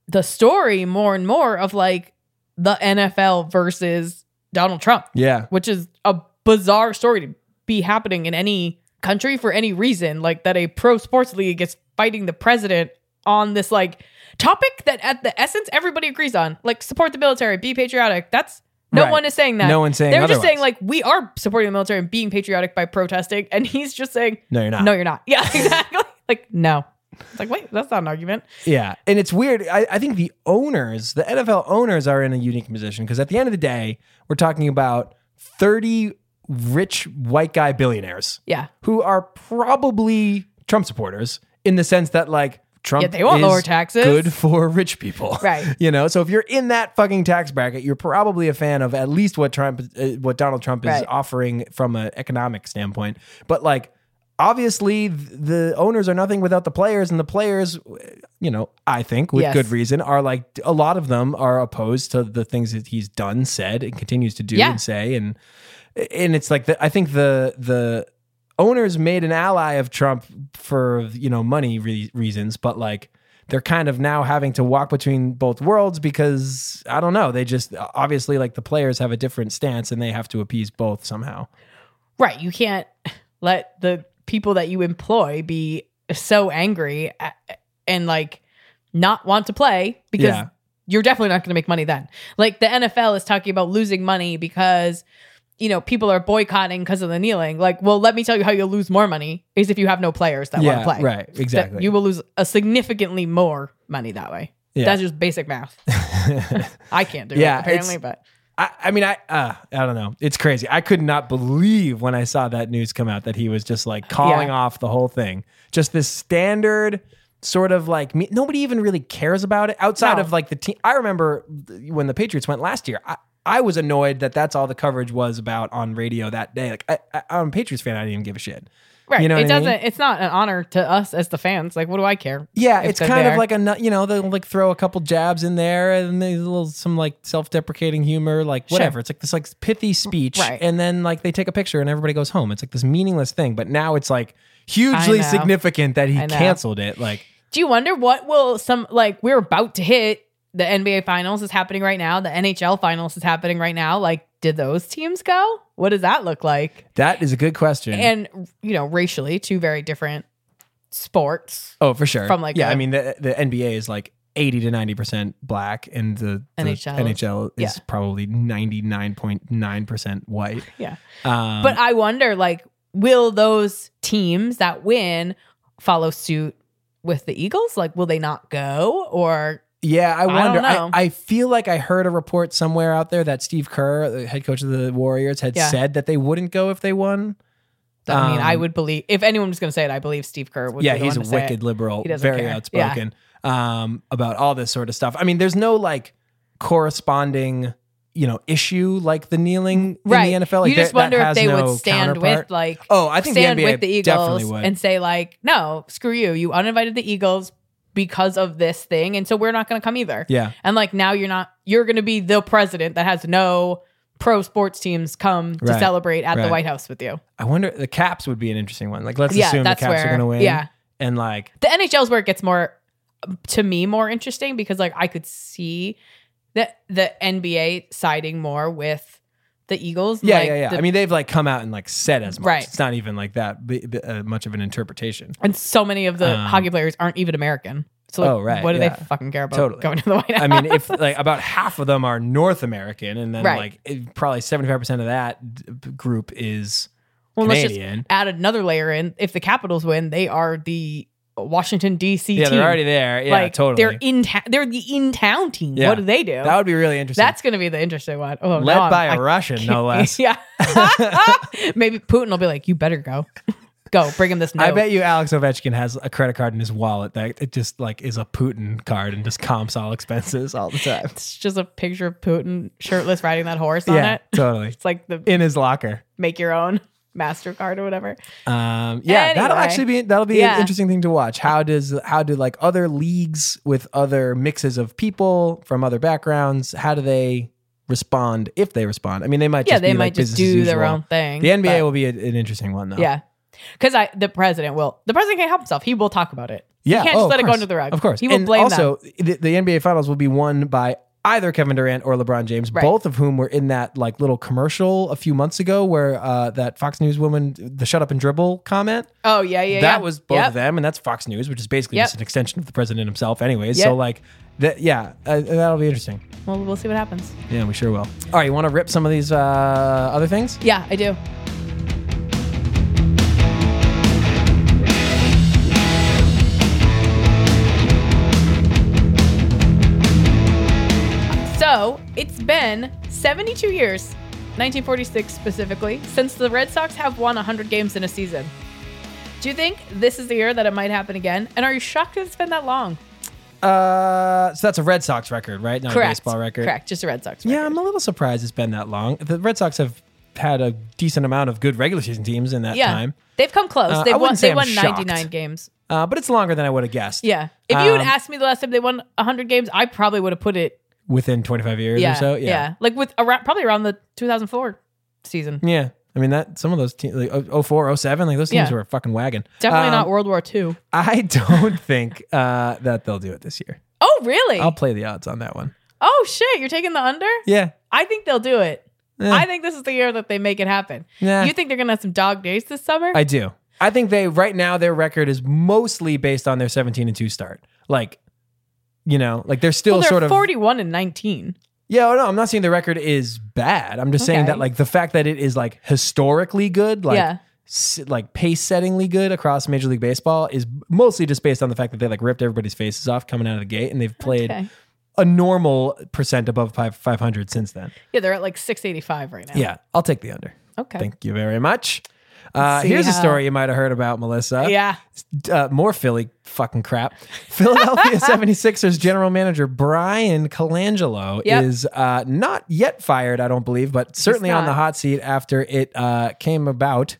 the story more and more of like the NFL versus Donald Trump Yeah. which is a bizarre story to be happening in any country for any reason like that a pro sports league is fighting the president on this like topic that at the essence everybody agrees on like support the military be patriotic that's no Right. one is saying that No one's saying they're just otherwise. saying like we are supporting the military and being patriotic by protesting and he's just saying No, you're not. no you're not yeah exactly like no it's like wait that's not an argument Yeah. And it's weird. I, I think the owners, the NFL owners, are in a unique position because at the end of the day, we're talking about 30 rich white guy billionaires. yeah who are probably Trump supporters in the sense that like Trump Yeah, they want is lower taxes. good for rich people. Right. You know, so if you're in that fucking tax bracket, you're probably a fan of at least what Trump uh, what Donald Trump is Right. offering from an economic standpoint. But like obviously th- the owners are nothing without the players and the players you know, I think with Yes. good reason are like a lot of them are opposed to the things that he's done, said and continues to do Yeah. and say and and it's like the, I think the the owners made an ally of Trump for you know money re- reasons, but like they're kind of now having to walk between both worlds because I don't know. They just obviously like the players have a different stance and they have to appease both somehow. Right. You can't let the people that you employ be so angry a- and like not want to play because Yeah. you're definitely not going to make money then. Like the NFL is talking about losing money because you know people are boycotting because of the kneeling. Like, well, let me tell you how you'll lose more money is if you have no players that want to play. right, That exactly. you will lose a significantly more money that way. Yeah. That's just basic math. I can't do Yeah, it apparently, but I, I mean, I uh, I don't know. It's crazy. I could not believe when I saw that news come out that he was just like calling Yeah. off the whole thing. Just this standard sort of like me, nobody even really cares about it outside No. of like the team. I remember th- when the Patriots went last year. I, I was annoyed that that's all the coverage was about on radio that day. Like I, I, I'm a Patriots fan. I didn't even give a shit. Right. You know it what I mean? doesn't. It's not an honor to us as the fans. Like, what do I care? Yeah, if it's they're kind there. of like a nu- you know they'll like throw a couple jabs in there and there's a little some like self-deprecating humor like Sure. whatever. It's like this like pithy speech Right. and then like they take a picture and everybody goes home. It's like this meaningless thing, but now it's like hugely know. significant that he I know. canceled it. Like Do you wonder what will some like we're about to hit the NBA finals is happening right now. The NHL finals is happening right now. Like, did those teams go? What does that look like? that is a good question. And you know, racially, two very different sports. oh, for sure. from, like, yeah, a- I mean the the NBA is like 80 to 90% black and the, the NHL. NHL is Yeah. probably 99.9% white. Yeah. Um, but I wonder, like, will those teams that win follow suit with the Eagles? Like, will they not go? Or Yeah, I don't wonder. I, know. I, feel like I heard a report somewhere out there that Steve Kerr, the head coach of the Warriors, had Yeah. said that they wouldn't go if they won. I mean, Um, I would believe if anyone was going to say it, I believe Steve Kerr would. yeah, be the he's a one to say it. wicked liberal, He doesn't very care. outspoken um, about all this sort of stuff. I mean, there's no like corresponding, you know, issue like the kneeling Right. in the NFL. Like, you just that- that wonder if has they no would stand counterpart. with like Oh, I think the stand NBA with the Eagles definitely would. and say like, no, screw you, you uninvited the Eagles because of this thing, and so we're not going to come either. yeah, And like now you're not you're going to be the president that has no pro sports teams come to Right. celebrate at the Right. White House with you. I wonder. The Caps would be an interesting one. Like, let's yeah, assume the that's Caps where are going to win. yeah. and like, The NHL's where it gets more to me more interesting because like I could see that the NBA siding more with the Eagles. Yeah, like, yeah, yeah. the- I mean, they've like come out and like said as much. Right. It's not even like that b- b- uh, much of an interpretation. and so many of the Um, hockey players aren't even American. So like, Oh, right, what do yeah. they fucking care about Totally. going to the White House? I mean, if like about half of them are North American, and then Right. like it, probably seventy five percent of that d- b- group is well, E let's just Canadian. add another layer in. If the Capitals win, they are the Washington D.C. Yeah, team. they're already there. Yeah, like totally. they're E in ta- they're the in town team. Yeah. What do they do? that would be really interesting. That's going to be the interesting one. Oh, led now I'm- by a I Russian, no less. yeah. Maybe Putin will be like, "You better go, go, bring him this note." I bet you Alex Ovechkin has a credit card in his wallet that it just like is a Putin card and just comps all expenses all the time. it's just a picture of Putin shirtless riding that horse on yeah, it. totally It's like the in his locker. make your own Mastercard or whatever. Um, yeah, that'll Anyway. actually be that'll be Yeah. an interesting thing to watch. How does how do like other leagues with other mixes of people from other backgrounds? How do they respond if they respond? I mean, they might Yeah, just they be, might like, just business as do their usual. own thing. The NBA but- will be a- an interesting one though. yeah, because I the president will the president can't help himself. He will talk about it. yeah. he can't oh, just of let it go course. under the rug. Of course, he will and blame them. Also, the, the NBA Finals will be won by either Kevin Durant or LeBron James, Right. both of whom were in that like little commercial a few months ago where uh, that Fox News woman, the "shut up and dribble" comment. Oh yeah, yeah, that yeah. was both Yep. of them, and that's Fox News, which is basically Yep. just an extension of the president himself, anyways. Yep. So like, that yeah, uh, that'll be interesting. Well, we'll see what happens. Yeah, we sure will. All right, you want to rip some of these uh, other things? Yeah, I do. So it's been 72 years, 1946 specifically, since the Red Sox have won 100 games in a season. Do you think this is the year that it might happen again? And are you shocked that it's been that long? Uh, so that's a Red Sox record, right? Not a Correct. baseball record. Correct. Just a Red Sox. Yeah, record. I'm a little surprised it's been that long. The Red Sox have had a decent amount of good regular season teams in that yeah. time, They've come close. Uh, I they won. wouldn't say They I'm won shocked. 99 games. uh, but it's longer than I would have guessed. Yeah. If you had Um, asked me the last time they won 100 games, I probably would have put it. within 25 years Yeah, or so. yeah. Like with around, probably around the 2004 season. yeah. Yeah. I mean that some of those teams, like oh- 04, 07, like those teams Yeah. were a fucking wagon. Definitely Um, not World War II. I don't think uh, that they'll do it this year. Oh, really? I'll play the odds on that one. oh, shit. You're taking the under? Yeah. I think they'll do it. Eh, I think this is the year that they make it happen. nah, You think they're going to have some dog days this summer? I do. I think they right now their record is mostly based on their 17 and 2 start. Like you know, like they're still well, they're sort of 41 and 19. Yeah, oh, no, I'm not saying the record is bad. I'm just saying Okay. that like the fact that it is like historically good, like yeah. s- like pace settingly good across Major League Baseball is mostly just based on the fact that they like ripped everybody's faces off coming out of the gate and they've played Okay. a normal percent above five, 500 since then. Yeah, they're at like 685 right now. Yeah, I'll take the under. Okay. Thank you very much. Uh, see here's a how- story you might have heard about, Melissa. yeah. Uh, more Philly fucking crap. Philadelphia 76ers general manager Brian Colangelo Yep. is uh, not yet fired, I don't believe, but certainly on not. the hot seat after it uh, came about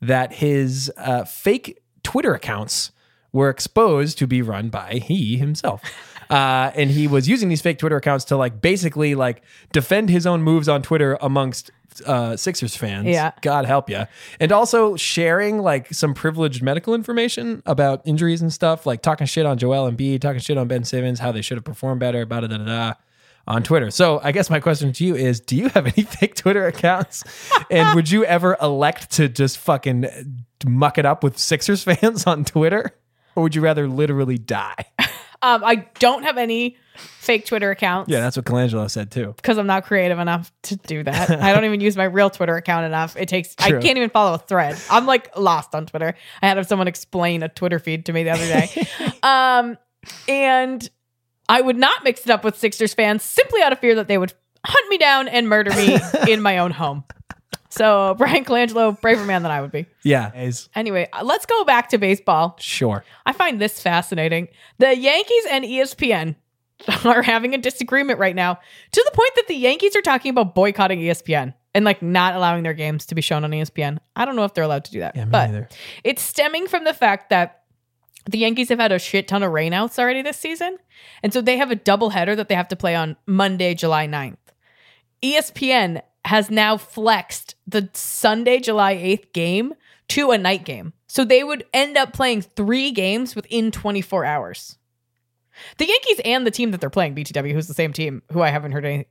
that his uh, fake Twitter accounts were exposed to be run by he himself. Uh, and he was using these fake Twitter accounts to like basically like defend his own moves on Twitter amongst uh, Sixers fans. Yeah. God help you. And also sharing like some privileged medical information about injuries and stuff, like talking shit on Joel and B, talking shit on Ben Simmons, how they should have performed better, da da da da. On Twitter. So, I guess my question to you is Do you have any fake Twitter accounts? and would you ever elect to just fucking muck it up with Sixers fans on Twitter? Or would you rather literally die? Um, I don't have any fake Twitter accounts. Yeah, that's what Colangelo said too. because I'm not creative enough to do that. I don't even use my real Twitter account enough. It takes True. I can't even follow a thread. I'm like lost on Twitter. I had someone explain a Twitter feed to me the other day. um and I would not mix it up with Sixers fans simply out of fear that they would hunt me down and murder me in my own home. So Brian Colangelo, braver man than I would be. Yeah. Is Anyway, uh, let's go back to baseball. sure. I find this fascinating. The Yankees and E ESPN are having a disagreement right now to the point that the Yankees are talking about boycotting E ESPN and like not allowing their games to be shown on E ESPN. I don't know if they're allowed to do that, Yeah, me but neither. it's stemming from the fact that the Yankees have had a shit ton of rainouts already this season. And so they have a doubleheader that they have to play on Monday, July E 9th. ESPN has now flexed the Sunday, July 8th game to a night game. So they would end up playing three games within 24 hours. The Yankees and the team that they're playing, BTW, who's the same team who I haven't heard any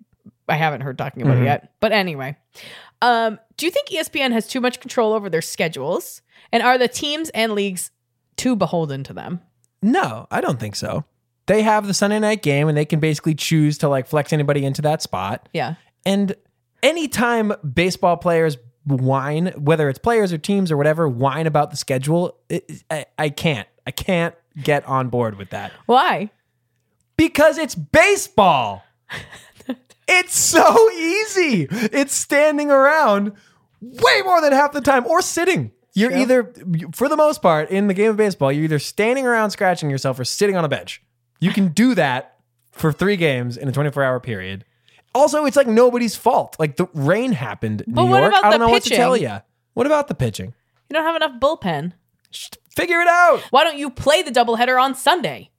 I haven't heard talking about Mhm. it yet. But anyway. Um, do you think ESPN has too much control over their schedules? And are the teams and leagues too beholden to them? No, I don't think so. They have the Sunday night game and they can basically choose to like flex anybody into that spot. Yeah. And anytime baseball players whine, whether it's players or teams or whatever, whine about the schedule, it, I, I can't. I can't get on board with that Why? because it's baseball. it's so easy. It's standing around way more than half the time or sitting. You're True. either, for the most part, in the game of baseball, you're either standing around scratching yourself or sitting on a bench. You can do that for three games in a 24 hour period. Also, it's like nobody's fault. Like the rain happened in But New what York. about I don't the know what to pitching? tell you. What about the pitching? You don't have enough bullpen. Just figure it out. Why don't you play the doubleheader on Sunday?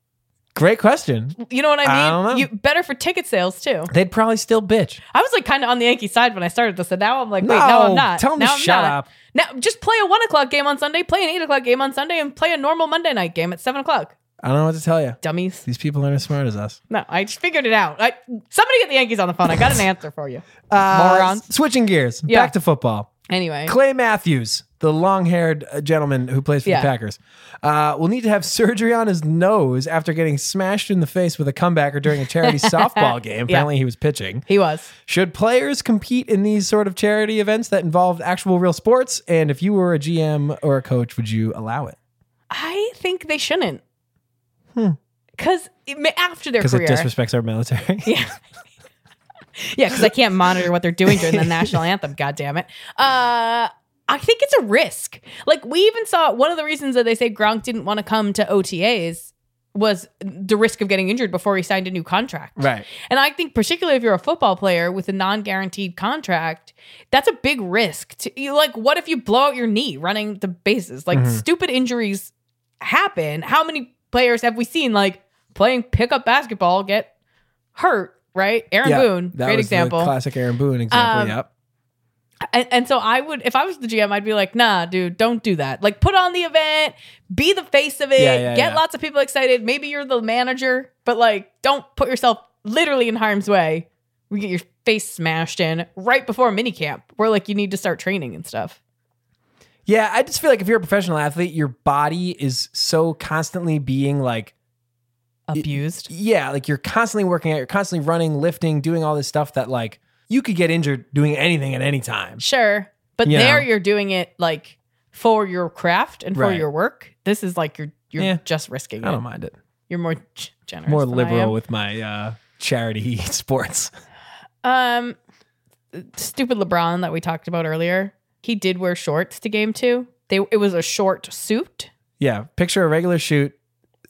Great question. You know what I mean? I don't know. You better for ticket sales too. They'd probably still bitch. I was like kind of on the Yankee side when I started this, and now I'm like, wait, No, no, I'm not. tell 'em to Now I'm shut not. up. Now just play a one o'clock game on Sunday, play an eight o'clock game on Sunday, and play a normal Monday night game at seven o'clock. I don't know what to tell you. Dummies. These people aren't as smart as us. No, I just figured it out. I, somebody get the Yankees on the phone. I got an answer for you. Uh, Morons. s- Switching gears, Yeah. back to football. Anyway, Clay Matthews, the long-haired uh, gentleman who plays for Yeah. the Packers, uh, will need to have surgery on his nose after getting smashed in the face with a comebacker during a charity softball game. Apparently, he was pitching. he was. Should players compete in these sort of charity events that involve actual real sports? And if you were a GM or a coach, would you allow it? I think they shouldn't. Hmm. Because after their Because it career. disrespects our military. yeah. yeah, because I can't monitor what they're doing during the national anthem, God damn it. Uh, I think it's a risk. Like, we even saw one of the reasons that they say Gronk didn't want to come to OTAs was the risk of getting injured before he signed a new contract. right. And I think, particularly if you're a football player with a non guaranteed contract, that's a big risk. To, you like, what if you blow out your knee running the bases? Like, Mm-hmm. stupid injuries happen. How many players have we seen like playing pickup basketball get hurt? Right, Aaron Boone, that great was the example. classic Aaron Boone example. Um, yep. And, and so I would, if I was the GM, I'd be like, nah, dude, don't do that. Like, put on the event, be the face of it, Yeah, yeah, get yeah. lots of people excited. Maybe you're the manager, but like, don't put yourself literally in harm's way. We get your face smashed in right before minicamp, where like you need to start training and stuff. Yeah, I just feel like if you're a professional athlete, your body is so constantly being like, Abused. yeah, like you're constantly working out, you're constantly running, lifting, doing all this stuff that like you could get injured doing anything at any time. sure. But You there know. you're doing it like for your craft and for Right. your work. This is like you're you're Yeah. just risking I don't it. mind it. You're more g- generous. More than I am. liberal with my uh, charity sports. Um, stupid LeBron that we talked about earlier. He did wear shorts to game two. They it was a short suit. Yeah, picture a regular shoot.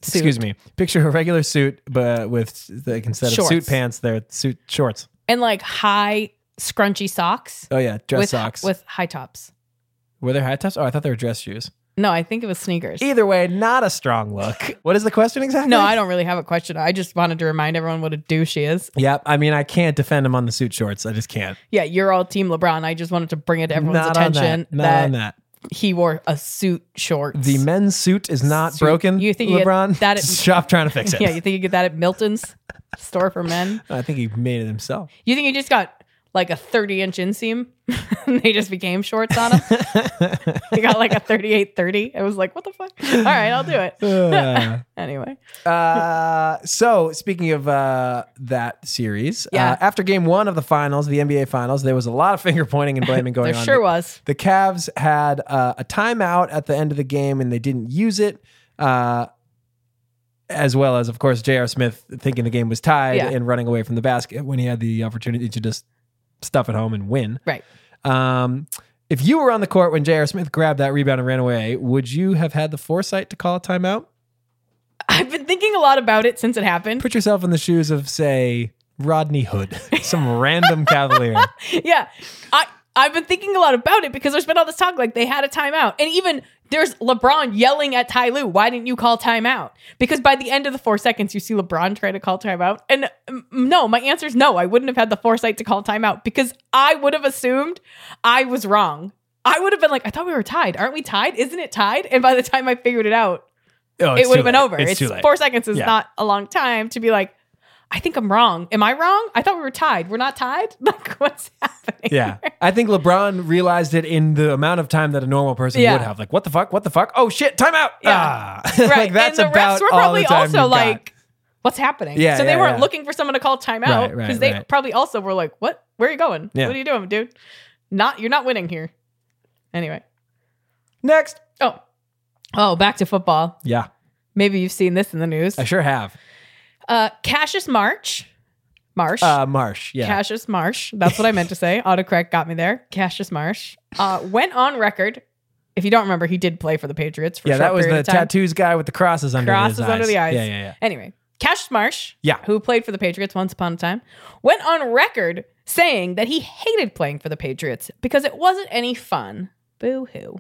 Suit. Excuse me. Picture a regular suit, but with like instead Shorts. of suit pants, they're suit shorts. and like high scrunchy socks Oh yeah, dress with socks. with high tops. Were there high tops? Oh, I thought they were dress shoes. No, I think it was sneakers. Either way, not a strong look. What is the question exactly? No, I don't really have a question. I just wanted to remind everyone what a douche he is. Yep. I mean, I can't defend him on the suit shorts. I just can't. Yeah, you're all team LeBron. I just wanted to bring it to everyone's not attention on that. Not on that. he wore a suit shorts. The men's suit is not Suit. broken. You think you get LeBron? that at- Shop trying to fix it. yeah, you think you get that at Milton's store for men? I think he made it himself. You think he just got like a 30 inch inseam and they just became shorts on him? he got like a 38 30. It was like, what the fuck? All right, I'll do it. Uh, Anyway, Uh, so speaking of uh, that series, Yeah. uh, after game one of the finals, the NBA finals, there was a lot of finger pointing and blaming going there on. sure was. The Cavs had uh, a timeout at the end of the game and they didn't use it. Uh, as well as, of course, J.R. Smith thinking the game was tied Yeah. and running away from the basket when he had the opportunity to just stuff it home and win. Right. Um, if you were on the court when J.R. Smith grabbed that rebound and ran away, would you have had the foresight to call a timeout? I've been thinking a lot about it since it happened. put yourself in the shoes of say Rodney Hood, some random cavalier. Oh, yeah. I I've been thinking a lot about it because there's been all this talk like they had a timeout. And even there's LeBron yelling at Ty Lue, why didn't you call timeout? Because by the end of the four seconds, you see LeBron try to call timeout. And um, no, my answer is no. I wouldn't have had the foresight to call timeout because I would have assumed I was wrong. I would have been like, I thought we were tied. Aren't we tied? Isn't it tied? And by the time I figured it out, Oh, it's it would too have been late. over. It's, too late. four seconds is Yeah. not a long time to be like, I think I'm wrong. Am I wrong? I thought we were tied. We're not tied. Like, what's happening? Yeah, I think LeBron realized it in the amount of time that a normal person Yeah. would have. Like, what the fuck? What the fuck? Oh shit! Timeout! Yeah. Ah. Right. like that's and the about refs were all probably the time also you've got. like, what's happening? Yeah, so they yeah, weren't yeah. looking for someone to call timeout Right, because right, they right. probably also were like, what? Where are you going? Yeah. What are you doing, dude? Not you're not winning here. Anyway. next. Oh. Oh, back to football. Yeah, Maybe you've seen this in the news. I sure have. Uh Cassius March. Marsh. Uh, Marsh. Yeah, Cassius Marsh. That's what I meant to say. Autocorrect got me there. Cassius Marsh uh, went on record. If you don't remember, he did play for the Patriots for a yeah. short That was period the of time. tattoos guy with the crosses under Crosses his eyes. under the eyes. Yeah, yeah, yeah. Anyway, Cash Marsh, Yeah. who played for the Patriots once upon a time, went on record saying that he hated playing for the Patriots because it wasn't any fun. Boo hoo.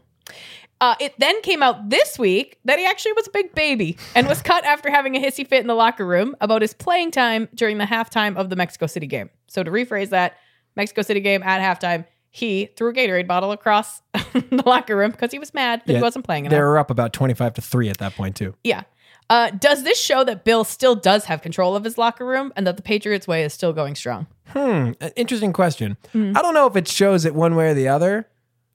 Uh, it then came out this week that he actually was a big baby and was cut after having a hissy fit in the locker room about his playing time during the halftime of the Mexico City game. So to rephrase that, Mexico City game at halftime, he threw a Gatorade bottle across the locker room because he was mad that Yeah, he wasn't playing enough. They were up about twenty-five to three at that point too. Yeah. Uh, does this show that Bill still does have control of his locker room and that the Patriots way is still going strong? Hmm, an interesting question. I don't know if it shows it one way or the other,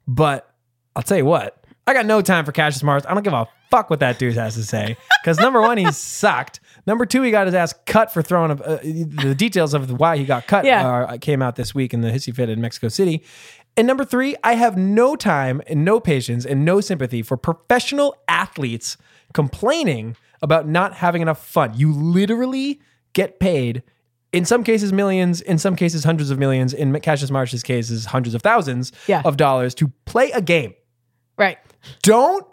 but I'll tell you what. I got no time for Cassius Mars. I don't give a fuck what that dude has to say. Because number one, he sucked. Number two, he got his ass cut for throwing. A, uh, the details of why he got cut uh, Yeah. are, came out this week in the hissy fit in Mexico City. And number three, I have no time and no patience and no sympathy for professional athletes complaining about not having enough fun. You literally get paid in some cases millions, in some cases hundreds of millions, in Cassius Marsh's cases hundreds of thousands Yeah. of dollars to play a game. Right. Don't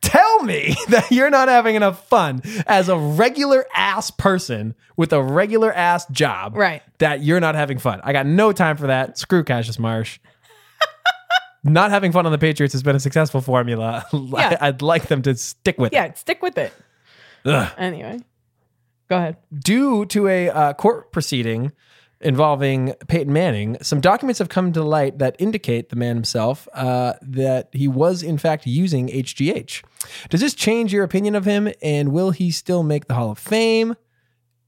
tell me that you're not having enough fun as a regular ass person with a regular ass job. Right. That you're not having fun. I got no time for that. Screw Cassius Marsh. not having fun on the Patriots has been a successful formula. Yeah. I, would like them to stick with it. Yeah. Stick with it. Ugh Anyway, go ahead. due to a uh, court proceeding involving Peyton Manning, some documents have come to light that indicate the man himself uh, that he was in fact using HGH. Does this change your opinion of him, and will he still make the Hall of Fame?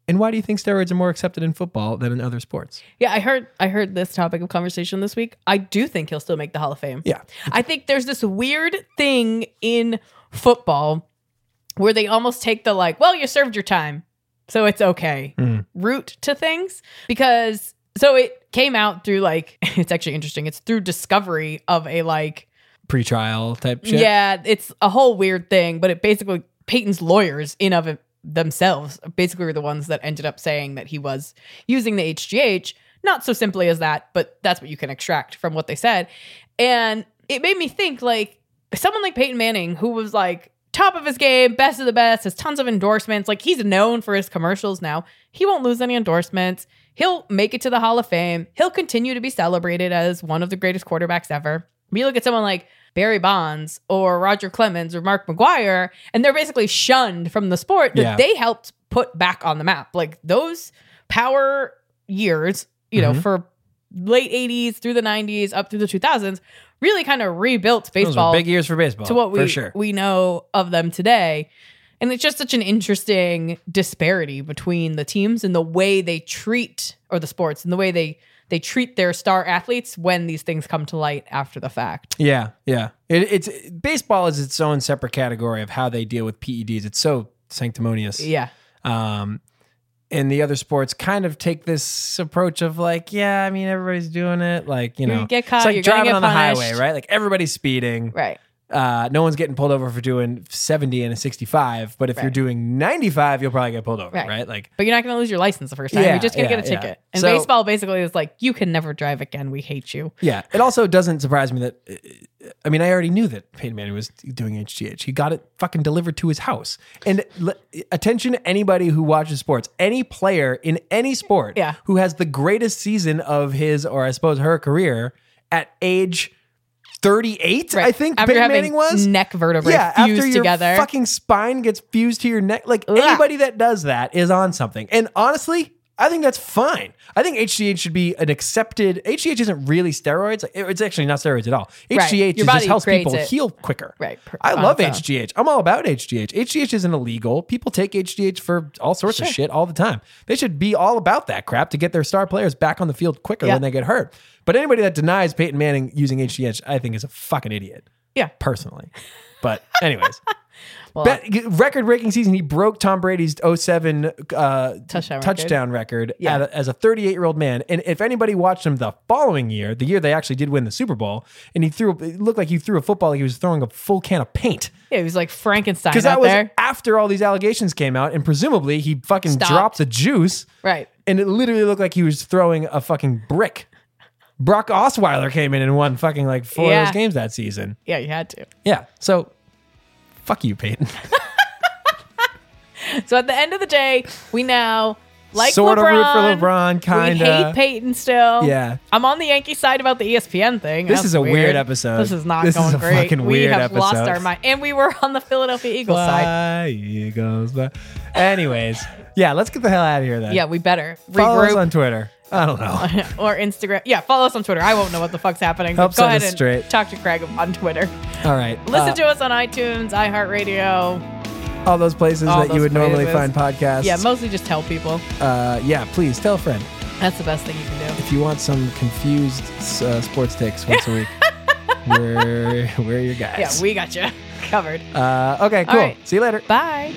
And why do you think steroids are more accepted in football than in other sports? Yeah, I heard I heard this topic of conversation this week. I do think he'll still make the Hall of Fame. Yeah. I think there's this weird thing in football where they almost take the like, well, you served your time, so it's okay Mm. route to things because so it came out through like it's actually interesting. It's through discovery of a like Pre-trial type shit. Yeah, it's a whole weird thing, but it basically Peyton's lawyers in of it themselves basically were the ones that ended up saying that he was using the HGH, not so simply as that, but that's what you can extract from what they said. And it made me think like someone like Peyton Manning who was like top of his game, best of the best, has tons of endorsements, like he's known for his commercials now. He won't lose any endorsements. He'll make it to the Hall of Fame. He'll continue to be celebrated as one of the greatest quarterbacks ever. We look at someone like Barry Bonds or Roger Clemens or Mark McGuire, and they're basically shunned from the sport that Yeah. they helped put back on the map. Like those power years, you know, Mhm. for late 80s through the 90s up through the 2000s, really kind of rebuilt baseball Those were big years for baseball. to what we for sure. we know of them today. And it's just such an interesting disparity between the teams and the way they treat or the sports and the way they they treat their star athletes when these things come to light after the fact. Yeah, yeah. It, it's baseball is its own separate category of how they deal with PEDs. It's so sanctimonious. Yeah. Um, and the other sports kind of take this approach of like, yeah, I mean, everybody's doing it. Like, you You know, get caught, it's like you're gonna driving get on the punished. highway, right? Like everybody's speeding. Right. Uh, no one's getting pulled over for doing 70 and a 65, but if you're Right. doing 95, you'll probably get pulled over, right? Right. Like, But you're not going to lose your license the first time. Yeah, you're just going to yeah, get a yeah. ticket. And So- baseball basically is like, you can never drive again. We hate you. yeah. It also doesn't surprise me that, I mean, I already knew that Peyton Manning was doing HGH. He got it fucking delivered to his house. And l- attention to anybody who watches sports, any player in any sport Yeah. who has the greatest season of his or I suppose her career at age 38, Right. I think after Peyton having Manning was. neck vertebrae yeah, fused after your together. fucking spine gets fused to your neck. Like Ugh. anybody that does that is on something. And honestly, I think that's fine. I think HGH should be an accepted. HGH isn't really steroids. Like, it- It's actually not steroids at all. Right. HGH Your is just body helps creates people it. heal quicker. right. per- I on love its own. HGH. I'm all about HGH. HGH isn't illegal. People take HGH for all sorts of Sure. shit all the time. They should be all about that crap to get their star players back on the field quicker Yeah. when they get hurt. But anybody that denies Peyton Manning using HGH, I think is a fucking idiot. Yeah. Personally. But anyways, Well, record breaking season, he broke Tom Brady's 07 uh, Touchdown touchdown record, Yeah. at a- as a 38 year old man. And if anybody watched him the following year, the year they actually did win the Super Bowl, and he threw, it looked like he threw a football like he was throwing a full can of paint. yeah, he was like Frankenstein out Because that was there. after all these allegations came out, and presumably he fucking Stopped. dropped the juice, Right. and it literally looked like he was throwing a fucking brick. Brock Osweiler came in and won fucking like four of Yeah. those games that season. Yeah, you had to. Yeah. So fuck you, Peyton. So at the end of the day, we now like sort of LeBron, root for LeBron, kind We hate of. Peyton still. Yeah. I'm on the Yankee side about the E ESPN thing. This That's is a weird episode. This is not This is going a great. fucking we weird have lost episode. our mind, and we were on the Philadelphia Eagles side. Fly, Eagles, fly. Anyways, yeah, let's get the hell out of here then. Yeah, we better Follow us regroup on Twitter. I don't know. or Instagram. Yeah, follow us on Twitter. I won't know what the fuck's happening. but Helps go set ahead us and straight. talk to Craig on Twitter. All right. Listen Uh, to us on iTunes, iHeartRadio. all those places all that you those would normally places. find podcasts. Yeah, mostly just tell people. uh, yeah, please tell a friend That's the best thing you can do. if you want some confused uh, sports takes once a week. We're, we're your Yeah, guys. we got you covered. uh, okay, cool. right. See you later. Bye.